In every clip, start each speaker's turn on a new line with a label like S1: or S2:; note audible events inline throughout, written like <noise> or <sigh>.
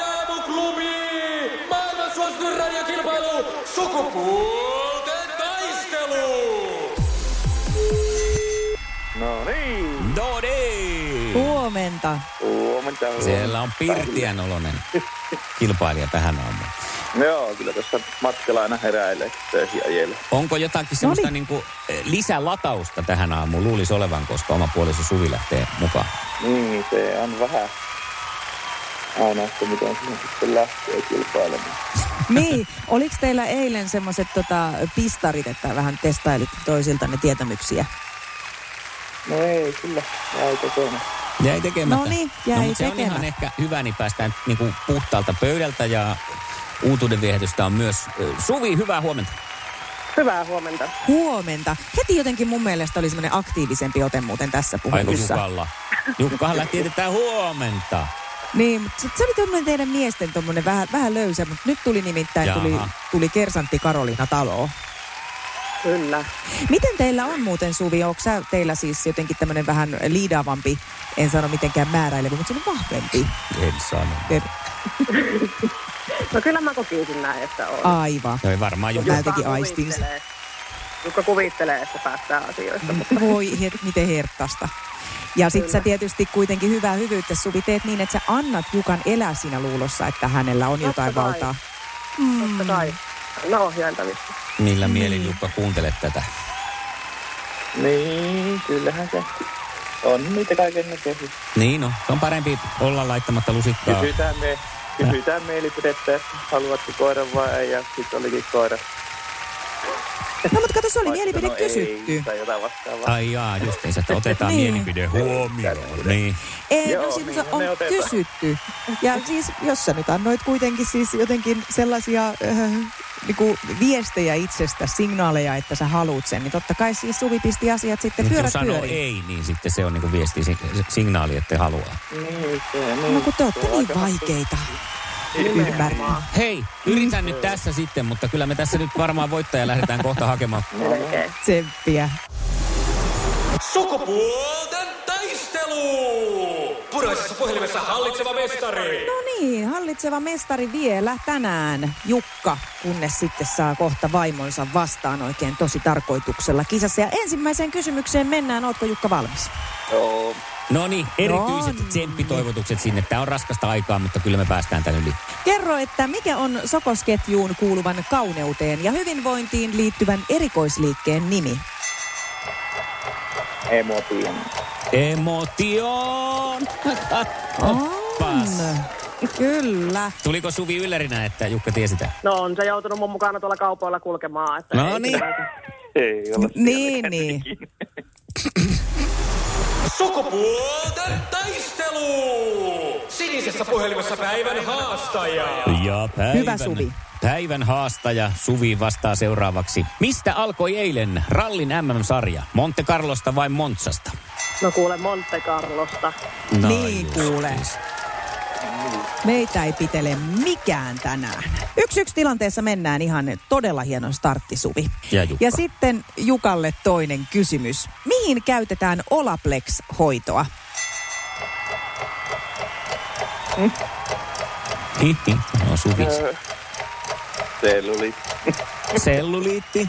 S1: aamuklubi! Maailman suosituin radiokilpailu! Sukupuolten taistelu!
S2: No niin,
S1: No niin!
S3: Huomenta.
S2: huomenta.
S4: Siellä on Pirtiän oloinen kilpailija tähän aamuun.
S2: Joo, kyllä tässä matkalla aina heräilee, kun töihin ajelee.
S4: Onko jotakin semmoista niin kuin, lisälatausta tähän aamuun? Luulisi olevan, koska oma puoliso Suvi lähtee mukaan.
S2: Niin, se on vähän aina, että miten sinne sitten lähtee kilpailemaan.
S3: Niin, oliko teillä eilen semmoiset tota, pistarit, että vähän testailitte toisiltanne tietämyksiä?
S2: No ei, kyllä, jäi kokonaan.
S4: Jäi tekemättä.
S3: No niin, jäi
S4: no, mutta se on
S3: tekemättä.
S4: ihan ehkä hyvä, niin päästään niin kuin puhtaalta pöydältä ja uutuuden viehätystä on myös. ö, Suvi, hyvää huomenta.
S5: Hyvää huomenta.
S3: Huomenta. Heti jotenkin mun mielestä oli semmoinen aktiivisempi ote muuten tässä
S4: Ai no kun
S3: puhelussa.
S4: Jukalla. Jukkahan lähti tietää huomenta.
S3: Niin, mutta sit se oli tuommoinen teidän miesten tuommoinen vähän, vähän löysä, mutta nyt tuli nimittäin,
S4: Jaha.
S3: tuli, tuli kersantti Karoliina taloon.
S5: Kyllä.
S3: Miten teillä on muuten Suvi? Onko sä teillä siis jotenkin tämmöinen vähän liidaavampi, en sano mitenkään määräilevä, mutta semmoinen vahvempi?
S4: En sano.
S3: Te-
S5: No kyllä mä kokisin näin, että on.
S3: Aivan.
S4: No ei varmaan Jukka.
S3: Mä jotenkin aistin sen.
S5: kuvittelee- Jukka kuvittelee, että päästään asioista. mutta
S3: Voi, het, miten herttaista. Ja sit sä tietysti kuitenkin hyvää hyvyyttä Suvi teet niin, että sä annat Jukan elää siinä luulossa, että hänellä on jotain
S5: kai.
S3: valtaa.
S4: Mm.
S5: Totta kai. No ohjailtavissa.
S4: Millä mielin Jukka kuuntelet tätä?
S2: Niin, kyllähän se on niitä kaiken näköisiä.
S4: Niin no, se on parempi olla laittamatta lusikkaa.
S2: Kysytään, me, kysytään mielipidettä, että haluatko koiran vai ei, ja sitten olikin koira.
S3: No mutta kato, se oli
S2: Vaikka
S3: mielipide
S2: sanoi Ei,
S3: kysytty.
S2: tai jotain vastaavaa.
S4: Ai jaa, justiinsa, että otetaan
S3: Niin.
S4: mielipide huomioon. Niin.
S3: Ei, no
S2: Joo,
S3: siis
S2: niin,
S3: se on
S2: ne otetaan.
S3: kysytty. Ja siis, jos sä nyt annoit kuitenkin siis jotenkin sellaisia äh, niinku viestejä itsestä, signaaleja, että sä haluut sen, niin totta kai siis Suvi pisti asiat sitten
S4: Mut
S3: pyörät
S4: Jos sanoo
S3: pyöriin.
S4: ei, niin sitten se on niinku viesti, si- signaali, että haluaa.
S2: Niin, se, niin.
S3: No kun te olette
S2: Se on
S3: niin
S2: aika
S3: vaikeita ymmärtää.
S4: Hei, yritän nyt tässä sitten, mutta kyllä me tässä nyt varmaan voittaja lähdetään kohta hakemaan.
S5: Melkein.
S3: Tsemppiä.
S1: Sukupuolten taistelu! Puraisessa puhelimessa hallitseva mestari!
S3: No niin, hallitseva mestari vielä tänään Jukka, kunnes sitten saa kohta vaimonsa vastaan oikein tosi tarkoituksella kisassa. Ja ensimmäiseen kysymykseen mennään, ootko Jukka valmis?
S2: Joo,
S4: No niin, erityiset
S3: Noniin.
S4: tsemppitoivotukset sinne. Tämä on raskasta aikaa, mutta kyllä me päästään tänne yli.
S3: Kerro, että mikä on sokosketjuun kuuluvan kauneuteen ja hyvinvointiin liittyvän erikoisliikkeen nimi?
S2: ei mua tiedä.
S4: Emotion! Oppas.
S3: Kyllä.
S4: Tuliko Suvi yllärinä, että Jukka tiesi tämän?
S5: No on se joutunut mun mukana tuolla kaupoilla kulkemaan. Että
S4: No
S5: ei
S4: niin.
S5: kyllä-
S2: Ei ole
S3: Niin, niin.
S1: Sukupuolten taistelu! Sinisessä puhelimessa päivän haastaja!
S4: Ja päivän,
S3: Hyvä Suvi.
S4: Päivän haastaja Suvi vastaa seuraavaksi. Mistä alkoi eilen rallin MM-sarja? Monte Carlosta vai Montsasta? No
S5: No kuule Monte Carlosta.
S3: Niin,
S4: justiis.
S3: kuule. Meitä ei pitele mikään tänään. Yksi yksi tilanteessa mennään ihan todella hienon starttisuvi.
S4: Ja Jukka.
S3: ja sitten Jukalle toinen kysymys. Mihin käytetään Olaplex-hoitoa?
S4: Hihi. No Suvi.
S2: Se oli
S4: Selluliitti.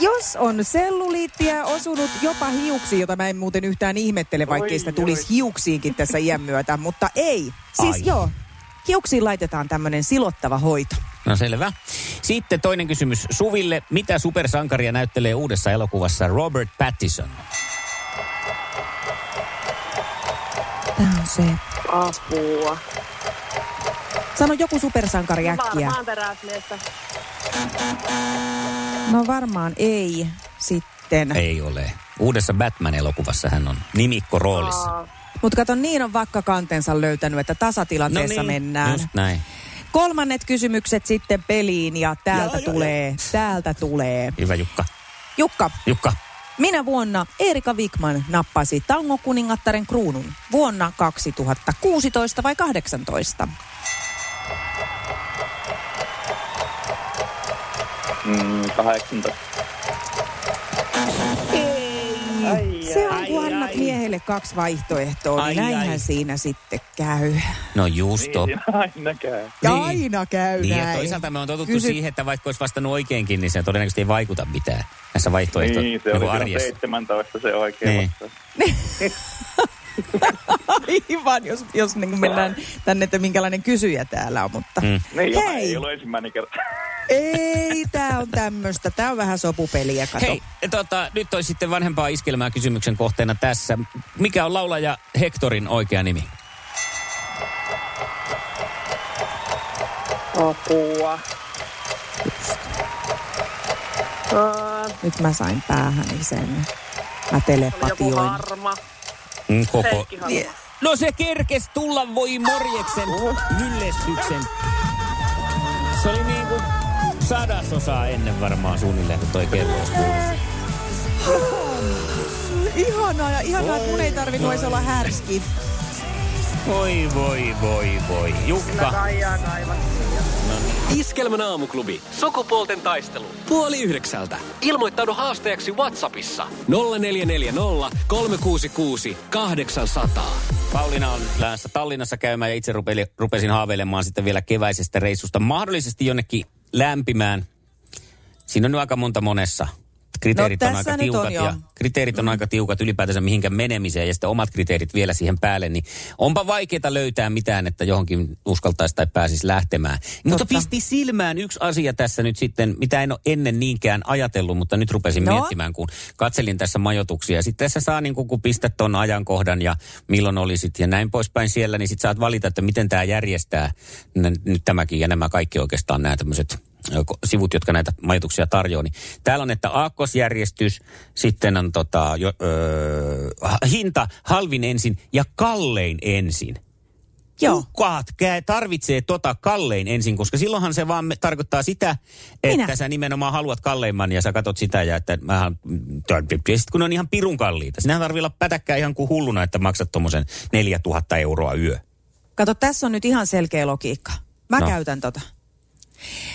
S3: jos on selluliittiä osunut jopa hiuksiin, jota mä en muuten yhtään ihmettele, vaikkei sitä tulisi hiuksiinkin tässä iän myötä, mutta ei. Siis
S4: Ai.
S3: joo, hiuksiin laitetaan tämmöinen silottava hoito.
S4: No selvä. Sitten toinen kysymys Suville. Mitä supersankaria näyttelee uudessa elokuvassa Robert Pattinson?
S3: Tämä on se.
S5: Apua.
S3: Sano joku supersankari äkkiä.
S5: No Varmaan teräsmiestä.
S3: No varmaan ei sitten.
S4: Ei ole. Uudessa Batman-elokuvassa hän on nimikko roolissa.
S5: Aa,
S3: Mutta kato, niin on vakka kantensa löytänyt, että tasatilanteessa mennään.
S4: No niin, just näin.
S3: Kolmannet kysymykset sitten peliin ja täältä joo, tulee, joo, täältä tulee.
S4: Hyvä Jukka.
S3: Jukka,
S4: Jukka,
S3: minä vuonna Erika Wikman nappasi tangokuningattaren kruunun vuonna 2016 vai 18?
S2: Mm, 18.
S3: Se on, kun annat miehelle kaksi vaihtoehtoa,
S4: Ai,
S3: niin näinhän
S4: ai.
S3: siinä sitten käy.
S4: no just on.
S2: Siinä aina käy.
S3: Ja
S4: Niin.
S3: aina käy
S4: Niin, ja
S3: näin.
S4: toisaalta me on totuttu
S3: Kysy-
S4: siihen, että vaikka olisi vastannut oikeinkin, niin se todennäköisesti ei vaikuta mitään näissä vaihtoehto
S2: Niin, se
S4: niin kuin
S2: oli silloin
S4: arjessa.
S2: 17 se oikein
S4: Niin.
S2: niin.
S3: <laughs> Aivan, jos, jos niin kuin mennään tänne, että minkälainen kysyjä täällä on, mutta...
S4: Mm.
S2: Niin, joka
S3: Hei.
S2: ei ole ensimmäinen kerta.
S3: Ei, tää on tämmöstä. Tää on vähän sopupeliä, kato.
S4: Hei, tota, nyt olisi sitten vanhempaa iskelmää kysymyksen kohteena tässä. Mikä on laulaja Hectorin oikea nimi?
S5: apua. Aa,
S3: Nyt mä sain päähäni sen. Mä
S5: joku
S3: telepatioin.
S5: harma.
S4: Mm, Koko.
S5: Heikki harma.
S4: No se kerkes tulla voi morjeksen myllästyksen. Se oli niin kuin sadasosaa ennen varmaan suunnilleen, kun toi kello olisi kuullut.
S3: Ihanaa ja ihanaa, että mun ei tarvinnut edes olla härski.
S4: Voi, voi, voi, voi. Jukka.
S5: Kaijaa kaivattiin. ja-
S1: Iskelmän aamuklubi. Sukupuolten taistelu. Puoli yhdeksältä. Ilmoittaudu haasteeksi Whatsappissa. 0440 366 800.
S4: Pauliina on lähdössä Tallinnassa käymään ja itse rupeili, rupesin haaveilemaan sitten vielä keväisestä reissusta. Mahdollisesti jonnekin lämpimään. Siinä on nyt aika monta monessa. Kriteerit
S3: No,
S4: on
S3: tässä
S4: aika
S3: nyt on
S4: tiukat
S3: jo. Mm.
S4: ja kriteerit on aika tiukat ylipäätänsä mihinkä menemiseen ja sitten omat kriteerit vielä siihen päälle, niin onpa vaikeaa löytää mitään, että johonkin uskaltaisi tai pääsisi lähtemään. Mutta
S3: Totta.
S4: pisti silmään yksi asia tässä nyt sitten, mitä en ole ennen niinkään ajatellut, mutta nyt rupesin
S3: No?
S4: miettimään, kun katselin tässä majoituksia. Sitten tässä saa niin kuin, kun pistät ton ajankohdan ja milloin olisit ja näin poispäin siellä, niin sitten saat valita, että miten tämä järjestää N- nyt tämäkin ja nämä kaikki oikeastaan nämä tämmöiset sivut, jotka näitä majoituksia tarjoaa. Niin täällä on, että aakkosjärjestys, sitten on tota, jo, ö, hinta halvin ensin ja kallein ensin.
S3: Joo.
S4: Kukaat kä- tarvitsee tota kallein ensin, koska silloinhan se vaan me- tarkoittaa sitä, että
S3: Minä.
S4: sä nimenomaan haluat kalleimman ja sä katot sitä ja että mä sitten kun ne on ihan pirun kalliita. Sinähän tarvii olla pätäkkää ihan kuin hulluna, että maksat tuommoisen 4000 euroa yö.
S3: Kato, tässä on nyt ihan selkeä logiikka. Mä
S4: No.
S3: no. käytän tota.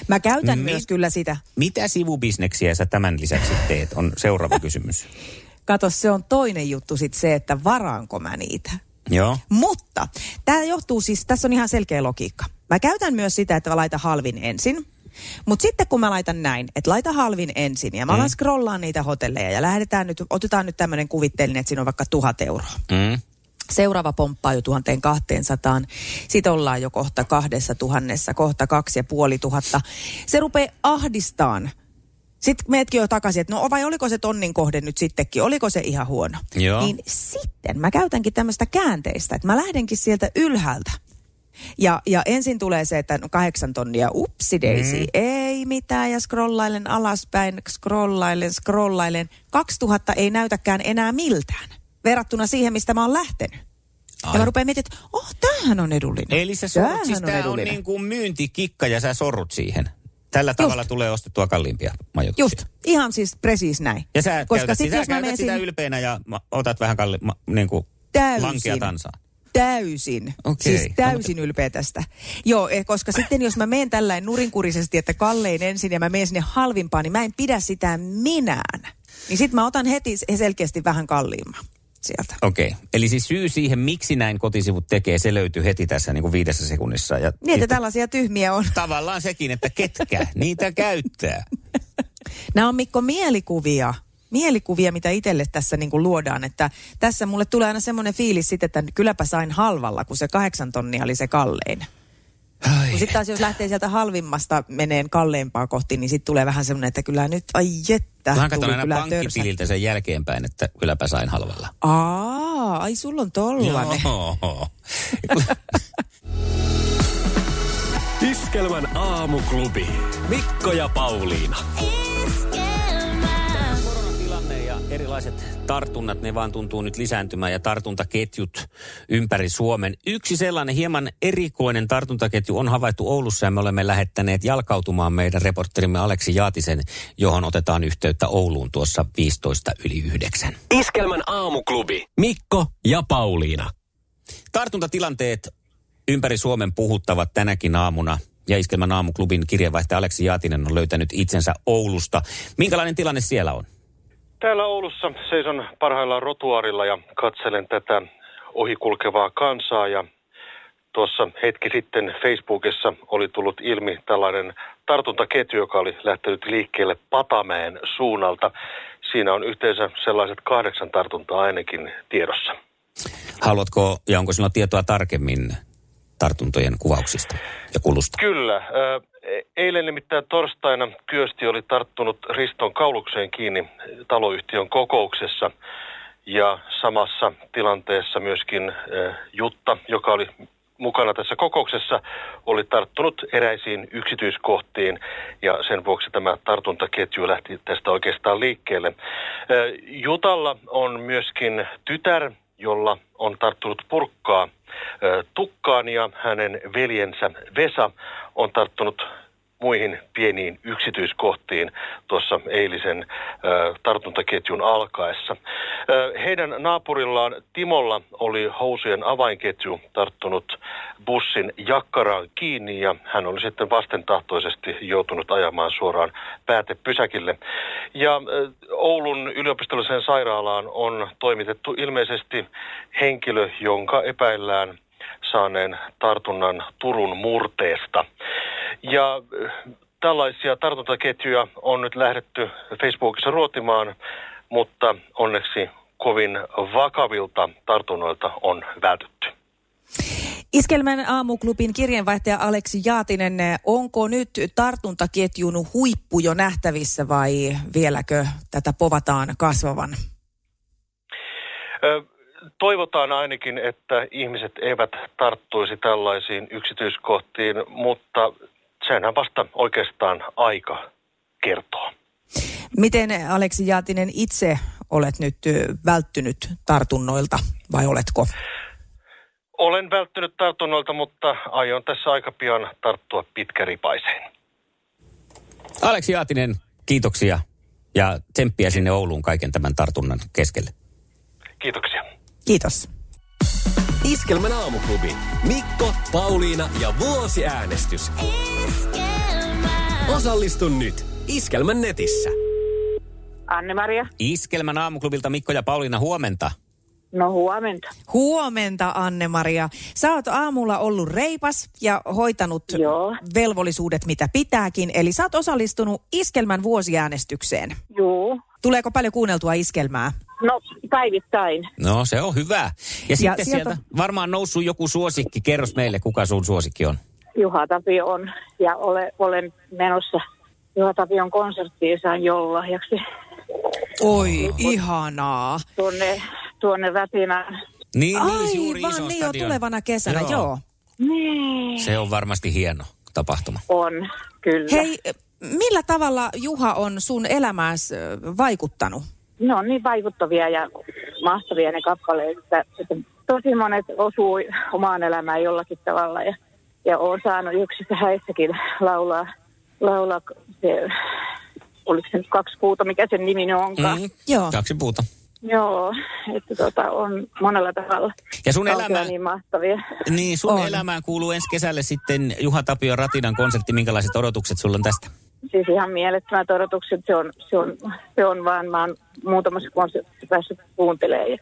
S3: Mä käytän
S4: Mi-
S3: myös kyllä sitä.
S4: Mitä sivubisneksiä sä tämän lisäksi teet, on seuraava
S3: <laughs>
S4: kysymys.
S3: Kato, se on toinen juttu sit se, että varaanko mä niitä.
S4: Joo.
S3: Mutta tämä johtuu siis, tässä on ihan selkeä logiikka. Mä käytän myös sitä, että mä laitan halvin ensin. Mutta sitten kun mä laitan näin, että laita halvin ensin ja mä mm. scrollaan niitä hotelleja ja lähdetään nyt, otetaan nyt tämmöinen kuvitteellinen, että siinä on vaikka tuhat euroa.
S4: Mm.
S3: Seuraava pomppaa jo 1200, sit ollaan jo kohta kahdessa tuhannessa, kohta kaksi ja puoli tuhatta. Se rupeaa ahdistaan. Sitten meetkin jo takaisin, että no vai oliko se tonnin kohde nyt sittenkin, oliko se ihan huono.
S4: Joo.
S3: Niin sitten mä käytänkin tämmöistä käänteistä, että mä lähdenkin sieltä ylhäältä. Ja, ja ensin tulee se, että no kahdeksan tonnia, upsi daisy, mm. ei mitään, ja scrollailen alaspäin, scrollailen, scrollailen. 2000 ei näytäkään enää miltään, verrattuna siihen, mistä mä oon lähtenyt. Ai. Ja mä rupean miettimään, että oh, tämähän on edullinen.
S4: Eli sä sorrut, siis
S3: Tämähän
S4: tää on niin kuin myyntikikka ja sä sorrut siihen. Tällä tavalla tulee ostettua kalliimpia majoituksia.
S3: Just, ihan siis presis näin.
S4: Ja sä Koska käytät,
S3: sit
S4: sitä, käytät sitä ylpeänä ja ma- otat vähän kalli, ma, niin kuin
S3: Täysin.
S4: lankea tansaan.
S3: Täysin.
S4: Okei.
S3: Siis täysin ylpeä tästä. Joo, eh, koska sitten jos mä menen tällainen nurinkurisesti, että kallein ensin ja mä menen sinne halvimpaan, niin mä en pidä sitä minään. Niin sit mä otan heti se- selkeästi vähän kalliimman sieltä.
S4: Okei. Okay. Eli siis syy siihen, miksi näin kotisivut tekee, se löytyy heti tässä niin kuin viidessä sekunnissa. Ja
S3: Niin, että
S4: sitten
S3: tällaisia tyhmiä on.
S4: tavallaan sekin, että
S3: <laughs>
S4: ketkä niitä käyttää.
S3: Nämä on Mikko mielikuvia. Mielikuvia, mitä itselle tässä niin kuin luodaan. Että tässä mulle tulee aina semmoinen fiilis sitten, että kylläpä sain halvalla, kun se kahdeksan tonnia oli se kallein. Kun sitten taas jos lähtee sieltä halvimmasta meneen kalleimpaa kohti, niin sitten tulee vähän semmoinen, että kyllä nyt, ai jettä,
S4: Mä
S3: tuli
S4: katson aina
S3: kyllä törsä.
S4: pankkitililtä sen jälkeenpäin, että kylläpä sain halvalla.
S3: Aa, ai sulla on tollanen. <laughs>
S4: Joo.
S1: Iskelmän aamuklubi. Mikko ja Pauliina.
S4: Tilanne ja erilaiset tartunnat, ne vaan tuntuu nyt lisääntymään ja tartuntaketjut ympäri Suomen. Yksi sellainen hieman erikoinen tartuntaketju on havaittu Oulussa ja me olemme lähettäneet jalkautumaan meidän reporterimme Aleksi Jaatisen, johon otetaan yhteyttä Ouluun tuossa 15 yli 9.
S1: Iskelmän aamuklubi. Mikko ja Pauliina.
S4: Tartuntatilanteet ympäri Suomen puhuttavat tänäkin aamuna. Ja Iskelmän aamuklubin kirjeenvaihtaja Aleksi Jaatinen on löytänyt itsensä Oulusta. Minkälainen tilanne siellä on?
S6: Täällä Oulussa seison parhaillaan rotuarilla ja katselen tätä ohikulkevaa kansaa ja tuossa hetki sitten Facebookissa oli tullut ilmi tällainen tartuntaketju, joka oli lähtenyt liikkeelle Patamäen suunnalta. Siinä on yhteensä sellaiset kahdeksan tartuntaa ainakin tiedossa.
S4: Haluatko ja onko sinulla tietoa tarkemmin tartuntojen kuvauksista ja kulusta?
S6: Kyllä. Ö, e- Eilen nimittäin torstaina Kyösti oli tarttunut Riston kaulukseen kiinni taloyhtiön kokouksessa. Ja samassa tilanteessa myöskin ö, Jutta, joka oli mukana tässä kokouksessa, oli tarttunut eräisiin yksityiskohtiin ja sen vuoksi tämä tartuntaketju lähti tästä oikeastaan liikkeelle. Ö, Jutalla on myöskin tytär, jolla on tarttunut purkkaa ö, tukkaan ja hänen veljensä Vesa on tarttunut muihin pieniin yksityiskohtiin tuossa eilisen ö, tartuntaketjun alkaessa. Ö, Heidän naapurillaan Timolla oli housujen avainketju tarttunut bussin jakkaraan kiinni ja hän oli sitten vastentahtoisesti joutunut ajamaan suoraan päätepysäkille. Ja ö, Oulun yliopistolliseen sairaalaan on toimitettu ilmeisesti henkilö, jonka epäillään saaneen tartunnan Turun murteesta. Ja äh, tällaisia tartuntaketjuja on nyt lähdetty Facebookissa ruotimaan, mutta onneksi kovin vakavilta tartunnoilta on vältytty.
S3: Iskelmän aamuklubin kirjeenvaihtaja Aleksi Jaatinen, onko nyt tartuntaketjun huippu jo nähtävissä vai vieläkö tätä povataan kasvavan?
S6: Ö, Toivotaan ainakin, että ihmiset eivät tarttuisi tällaisiin yksityiskohtiin, mutta senhän vasta oikeastaan aika kertoo.
S3: Miten Aleksi Jaatinen itse olet nyt ö, välttynyt tartunnoilta vai oletko?
S6: Olen välttynyt tartunnoilta, mutta aion tässä aika pian tarttua pitkäripaiseen.
S4: Aleksi Jaatinen, kiitoksia ja tsemppiä sinne Ouluun kaiken tämän tartunnan keskelle.
S6: Kiitoksia.
S3: Kiitos.
S1: Iskelmän aamuklubi. Mikko, Pauliina ja vuosiäänestys. Osallistu nyt. Iskelmän netissä.
S5: Anne-Maria,
S4: Iskelmän aamuklubilta Mikko ja Pauliina, huomenta.
S5: no huomenta.
S3: Huomenta Anne-Maria. Sä oot aamulla ollut reipas ja hoitanut
S5: Joo.
S3: velvollisuudet mitä pitääkin. Eli sä oot osallistunut iskelmän vuosiäänestykseen.
S5: Juu.
S3: Tuleeko paljon kuunneltua iskelmää?
S5: No päivittäin.
S4: No se on hyvä. Ja, ja sitten sieltä...
S3: sieltä-
S4: sieltä varmaan noussut joku suosikki. Kerros meille, kuka sun suosikki on.
S5: Juha Tapio on ja ole, olen menossa Juha Tapion konserttiin saan joululahjaksi
S3: Oi, ihanaa.
S5: tuonne, tuonne Rätinään.
S4: Niin, niin juuri
S3: Aivan,
S4: iso
S3: niin jo
S4: stadion.
S3: tulevana kesänä, joo. joo.
S5: Niin.
S4: Se on varmasti hieno tapahtuma.
S5: On, kyllä.
S3: Hei, millä tavalla Juha on sun elämääs ö, vaikuttanut?
S5: Ne on niin vaikuttavia ja mahtavia ne kappaleet, että, että tosi monet osuu omaan elämään jollakin tavalla. Ja, ja olen saanut yksissä häissäkin laulaa, laulaa se, oliko se nyt kaksi puuta, mikä sen nimi nyt onkaan. Mm.
S3: Joo.
S4: Kaksi puuta.
S5: Joo, että tota, on monella tavalla.
S4: Ja sun
S5: Ne on kyllä
S4: elämä,
S5: niin mahtavia.
S4: Niin, sun on.
S3: On.
S4: elämään kuuluu ensi kesälle sitten Juha Tapio Ratinan konsertti. Minkälaiset odotukset sulla on tästä?
S5: Siis ihan mielettömät odotukset, se on, se on, se on vaan, mä oon muutamassa konsertissa päässyt kuuntelemaan ja,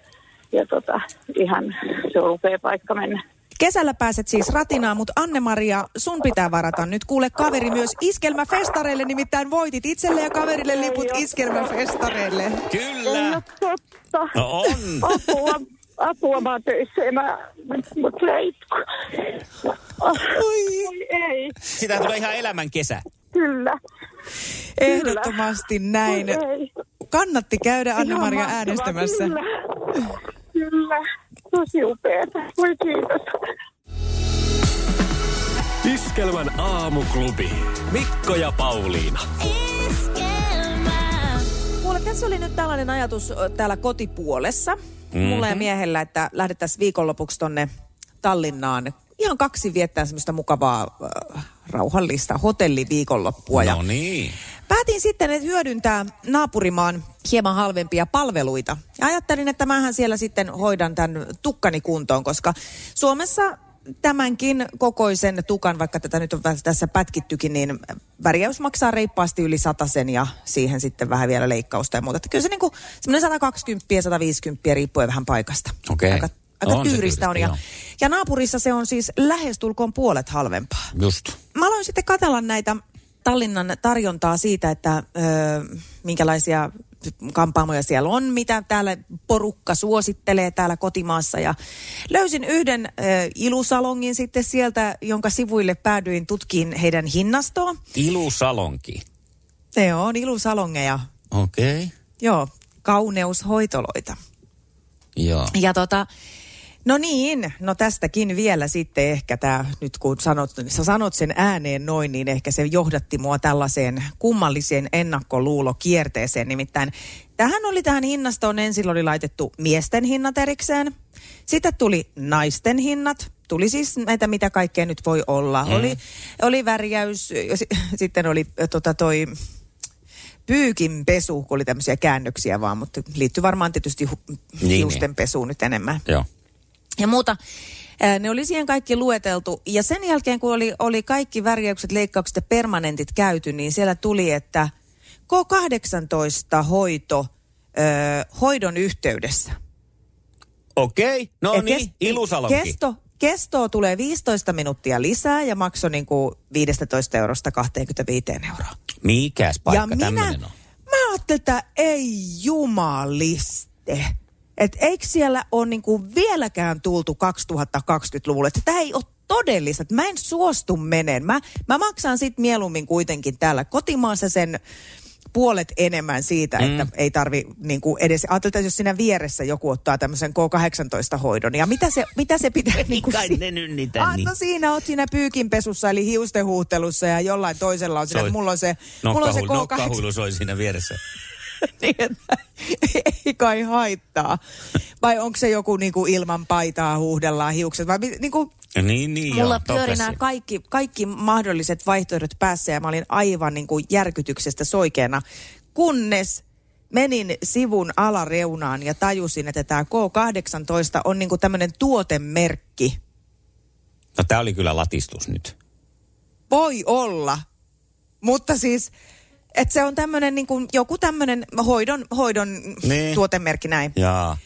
S5: ja tota, ihan se on upea paikka mennä.
S3: Kesällä pääset siis ratinaan, mutta Anne-Maria, sun pitää varata nyt kuule kaveri myös iskelmäfestareille, nimittäin voitit itselle ja kaverille
S5: No.
S3: liput iskelmäfestareille.
S4: Kyllä!
S5: Totta.
S4: No on!
S5: Apua. apua mä oon töissä, ja mä, mut mä itku. Oh, voi ei,
S4: Sitä tulee ihan elämän kesä.
S5: kyllä.
S3: Ehdottomasti näin.
S5: Voi ei.
S3: Kannatti käydä Anna-Maria
S5: Ihan mahtavaa,
S3: äänestämässä.
S5: Kyllä, kyllä. tosi upeata. Voi kiitos.
S1: Iskelmän aamuklubi. Mikko ja Pauliina.
S3: Mulla tässä oli nyt tällainen ajatus ö, täällä kotipuolessa. Mm-hmm. Mulla ja miehellä, että lähdettäisiin viikonlopuksi tonne Tallinnaan. Ihan kaksi viettää semmoista mukavaa, äh, rauhallista hotelliviikonloppua. Ja
S4: No niin.
S3: Päätin sitten että hyödyntää naapurimaan hieman halvempia palveluita. Ja ajattelin, että mähän siellä sitten hoidan tämän tukkani kuntoon, koska Suomessa tämänkin kokoisen tukan, vaikka tätä nyt on vähän tässä pätkittykin, niin värjäys maksaa reippaasti yli sen ja siihen sitten vähän vielä leikkausta ja muuta. Että kyllä se niinku semmoinen 120 ja 150 riippuen vähän paikasta.
S4: Okei.
S3: Aika, aika
S4: On se
S3: tyyristä on.
S4: tyyristä, joo.
S3: Ja, ja naapurissa se on siis lähestulkoon puolet halvempaa
S4: Just.
S3: mä aloin sitten katella näitä Tallinnan tarjontaa siitä, että ö, minkälaisia kampaamoja siellä on, mitä täällä porukka suosittelee täällä kotimaassa. Ja löysin yhden ö, ilusalongin sitten sieltä, jonka sivuille päädyin tutkiin heidän hinnastoa.
S4: Ilusalonki.
S3: Ne on ilusalongeja,
S4: Okei. Okay.
S3: joo, kauneushoitoloita.
S4: Joo.
S3: Ja tota, no niin, no tästäkin vielä sitten ehkä tämä, nyt kun sanot, sä sanot sen ääneen noin, niin ehkä se johdatti mua tällaiseen kummalliseen ennakkoluulokierteeseen. Nimittäin tähän oli tähän hinnastoon ensin oli laitettu miesten hinnat erikseen, sitten tuli naisten hinnat, Tuli siis näitä, mitä kaikkea nyt voi olla. Mm. Oli, oli värjäys, ja si- sitten oli ö, tota toi, pyykinpesu, kun oli tämmöisiä käännöksiä vaan, mutta liittyy varmaan tietysti hu-
S4: niin.
S3: hiustenpesuun nyt enemmän.
S4: Joo.
S3: Ja muuta. Ää, Ne oli siihen kaikki lueteltu. Ja sen jälkeen, kun oli, oli kaikki värjäykset, leikkaukset ja permanentit käyty, niin siellä tuli, että K18-hoito ö, hoidon yhteydessä.
S4: Okei. Okay. No
S3: Ja
S4: niin,
S3: Eh, kes-
S4: ilusalonki.
S3: Kesto, kestoa tulee 15 minuuttia lisää ja maksoi niin kuin 15 eurosta 25 euroa.
S4: Mikäs paikka tämmöinen on?
S3: mä ajattelin, että ei jumaliste. Et eikö siellä ole niinku vieläkään tultu 2020-luvulle? Että tämä ei ole todellista. että Mä en suostu menen. Mä, mä maksan sit mieluummin kuitenkin täällä kotimaassa sen puolet enemmän siitä, mm. että ei tarvi niinku edes... Ajattelin, että jos siinä vieressä joku ottaa tämmöisen K18-hoidon. Ja mitä se, mitä
S4: <laughs>
S3: se pitää... niinku
S4: kai
S3: si-
S4: ne nyt niitä
S3: Ah,
S4: niin.
S3: no siinä oot siinä pyykinpesussa, eli hiustenhuuhtelussa ja jollain toisella on siinä,
S4: Soi.
S3: mulla on se, mulla on se
S4: Nokkahuilu,
S3: K18
S4: nokkahuilu soi siinä vieressä.
S3: <laughs> niin, että ei kai haittaa. Vai onko se joku niinku ilman paitaa huuhdellaan hiukset? Vai, mi- niinku,
S4: Niin, niin
S3: mulla
S4: joo,
S3: pyöri
S4: totta
S3: nämä
S4: se.
S3: kaikki, kaikki mahdolliset vaihtoehdot päässä ja mä olin aivan niinku järkytyksestä soikeena, kunnes menin sivun alareunaan ja tajusin, että tämä K18 on niinku tämmöinen tuotemerkki.
S4: No tää oli kyllä latistus nyt.
S3: Voi olla, mutta siis... Että se on tämmöinen niin joku tämmöinen hoidon, hoidon
S4: Niin.
S3: tuotemerkki näin.
S4: Jaa.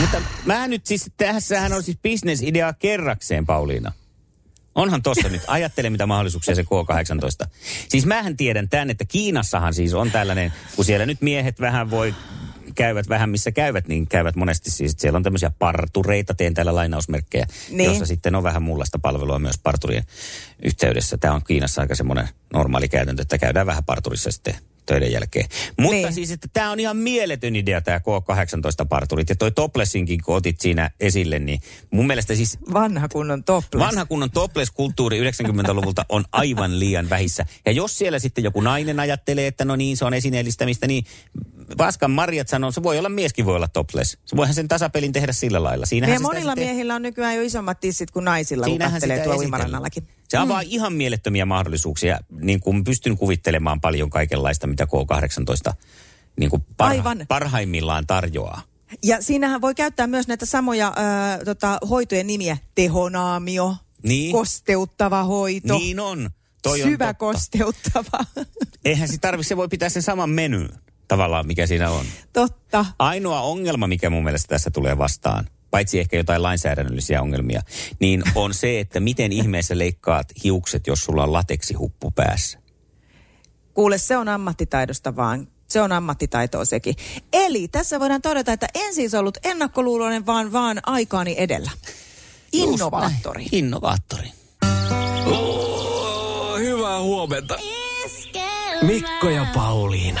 S4: Mutta mä nyt siis, tässähän on siis bisnesidea kerrakseen, Pauliina. Onhan tossa nyt. Ajattele, mitä mahdollisuuksia se K18. Siis mähän tiedän tämän, että Kiinassahan siis on tällainen, kun siellä nyt miehet vähän voi käyvät vähän missä käyvät, niin käyvät monesti siis, että siellä on tämmöisiä partureita, teen täällä lainausmerkkejä,
S3: Niin.
S4: niin. jossa sitten on vähän muunlaista palvelua myös parturien yhteydessä. Tämä on Kiinassa aika semmoinen normaali käytäntö, että käydään vähän parturissa sitten töiden jälkeen. Mutta
S3: Niin.
S4: niin. siis, että tämä on ihan mieletön idea tämä K18-parturit ja toi Toplessinkin, kun otit siinä esille, niin mun mielestä siis
S3: Vanha kunnon toplas.
S4: Vanha kunnon topless-kulttuuri 90-luvulta on aivan liian vähissä. Ja jos siellä sitten joku nainen ajattelee, että no niin, se on esineellistämistä, niin Paskan Marjat sanoo, se voi olla mieskin voi olla topless. Se voihan sen tasapelin tehdä sillä lailla. Siinähän
S3: Ja
S4: se sitä
S3: Niin, monilla
S4: sitten-
S3: miehillä on nykyään jo isommat tissit kuin naisilla, kun katselee tuolla
S4: esitellään.
S3: uimarannallakin.
S4: Se avaa mm. ihan mielettömiä mahdollisuuksia. Niin kuin pystyn kuvittelemaan paljon kaikenlaista, mitä K18 niin kuin
S3: Aivan.
S4: parha- parhaimmillaan tarjoaa.
S3: Ja siinähän voi käyttää myös näitä samoja ää, tota, hoitojen nimiä. Tehonaamio,
S4: Niin.
S3: kosteuttava hoito,
S4: niin on. Toi on
S3: syvä
S4: totta.
S3: kosteuttava.
S4: Eihän se tarvitse, se voi pitää sen saman menyn tavallaan, mikä siinä on.
S3: <laughs> totta.
S4: Ainoa ongelma, mikä mun mielestä tässä tulee vastaan, paitsi ehkä jotain lainsäädännöllisiä ongelmia, niin on se, että miten ihmeessä leikkaat hiukset, jos sulla on lateksihuppu päässä.
S3: Kuule, se on ammattitaidosta vaan. Se on ammattitaitoa sekin. Eli tässä voidaan todeta, että en siis ollut ennakkoluuloinen, vaan vaan aikaani edellä. Innovaattori.
S4: Innovaattori.
S1: Oh, hyvää huomenta. Mikko ja Pauliina.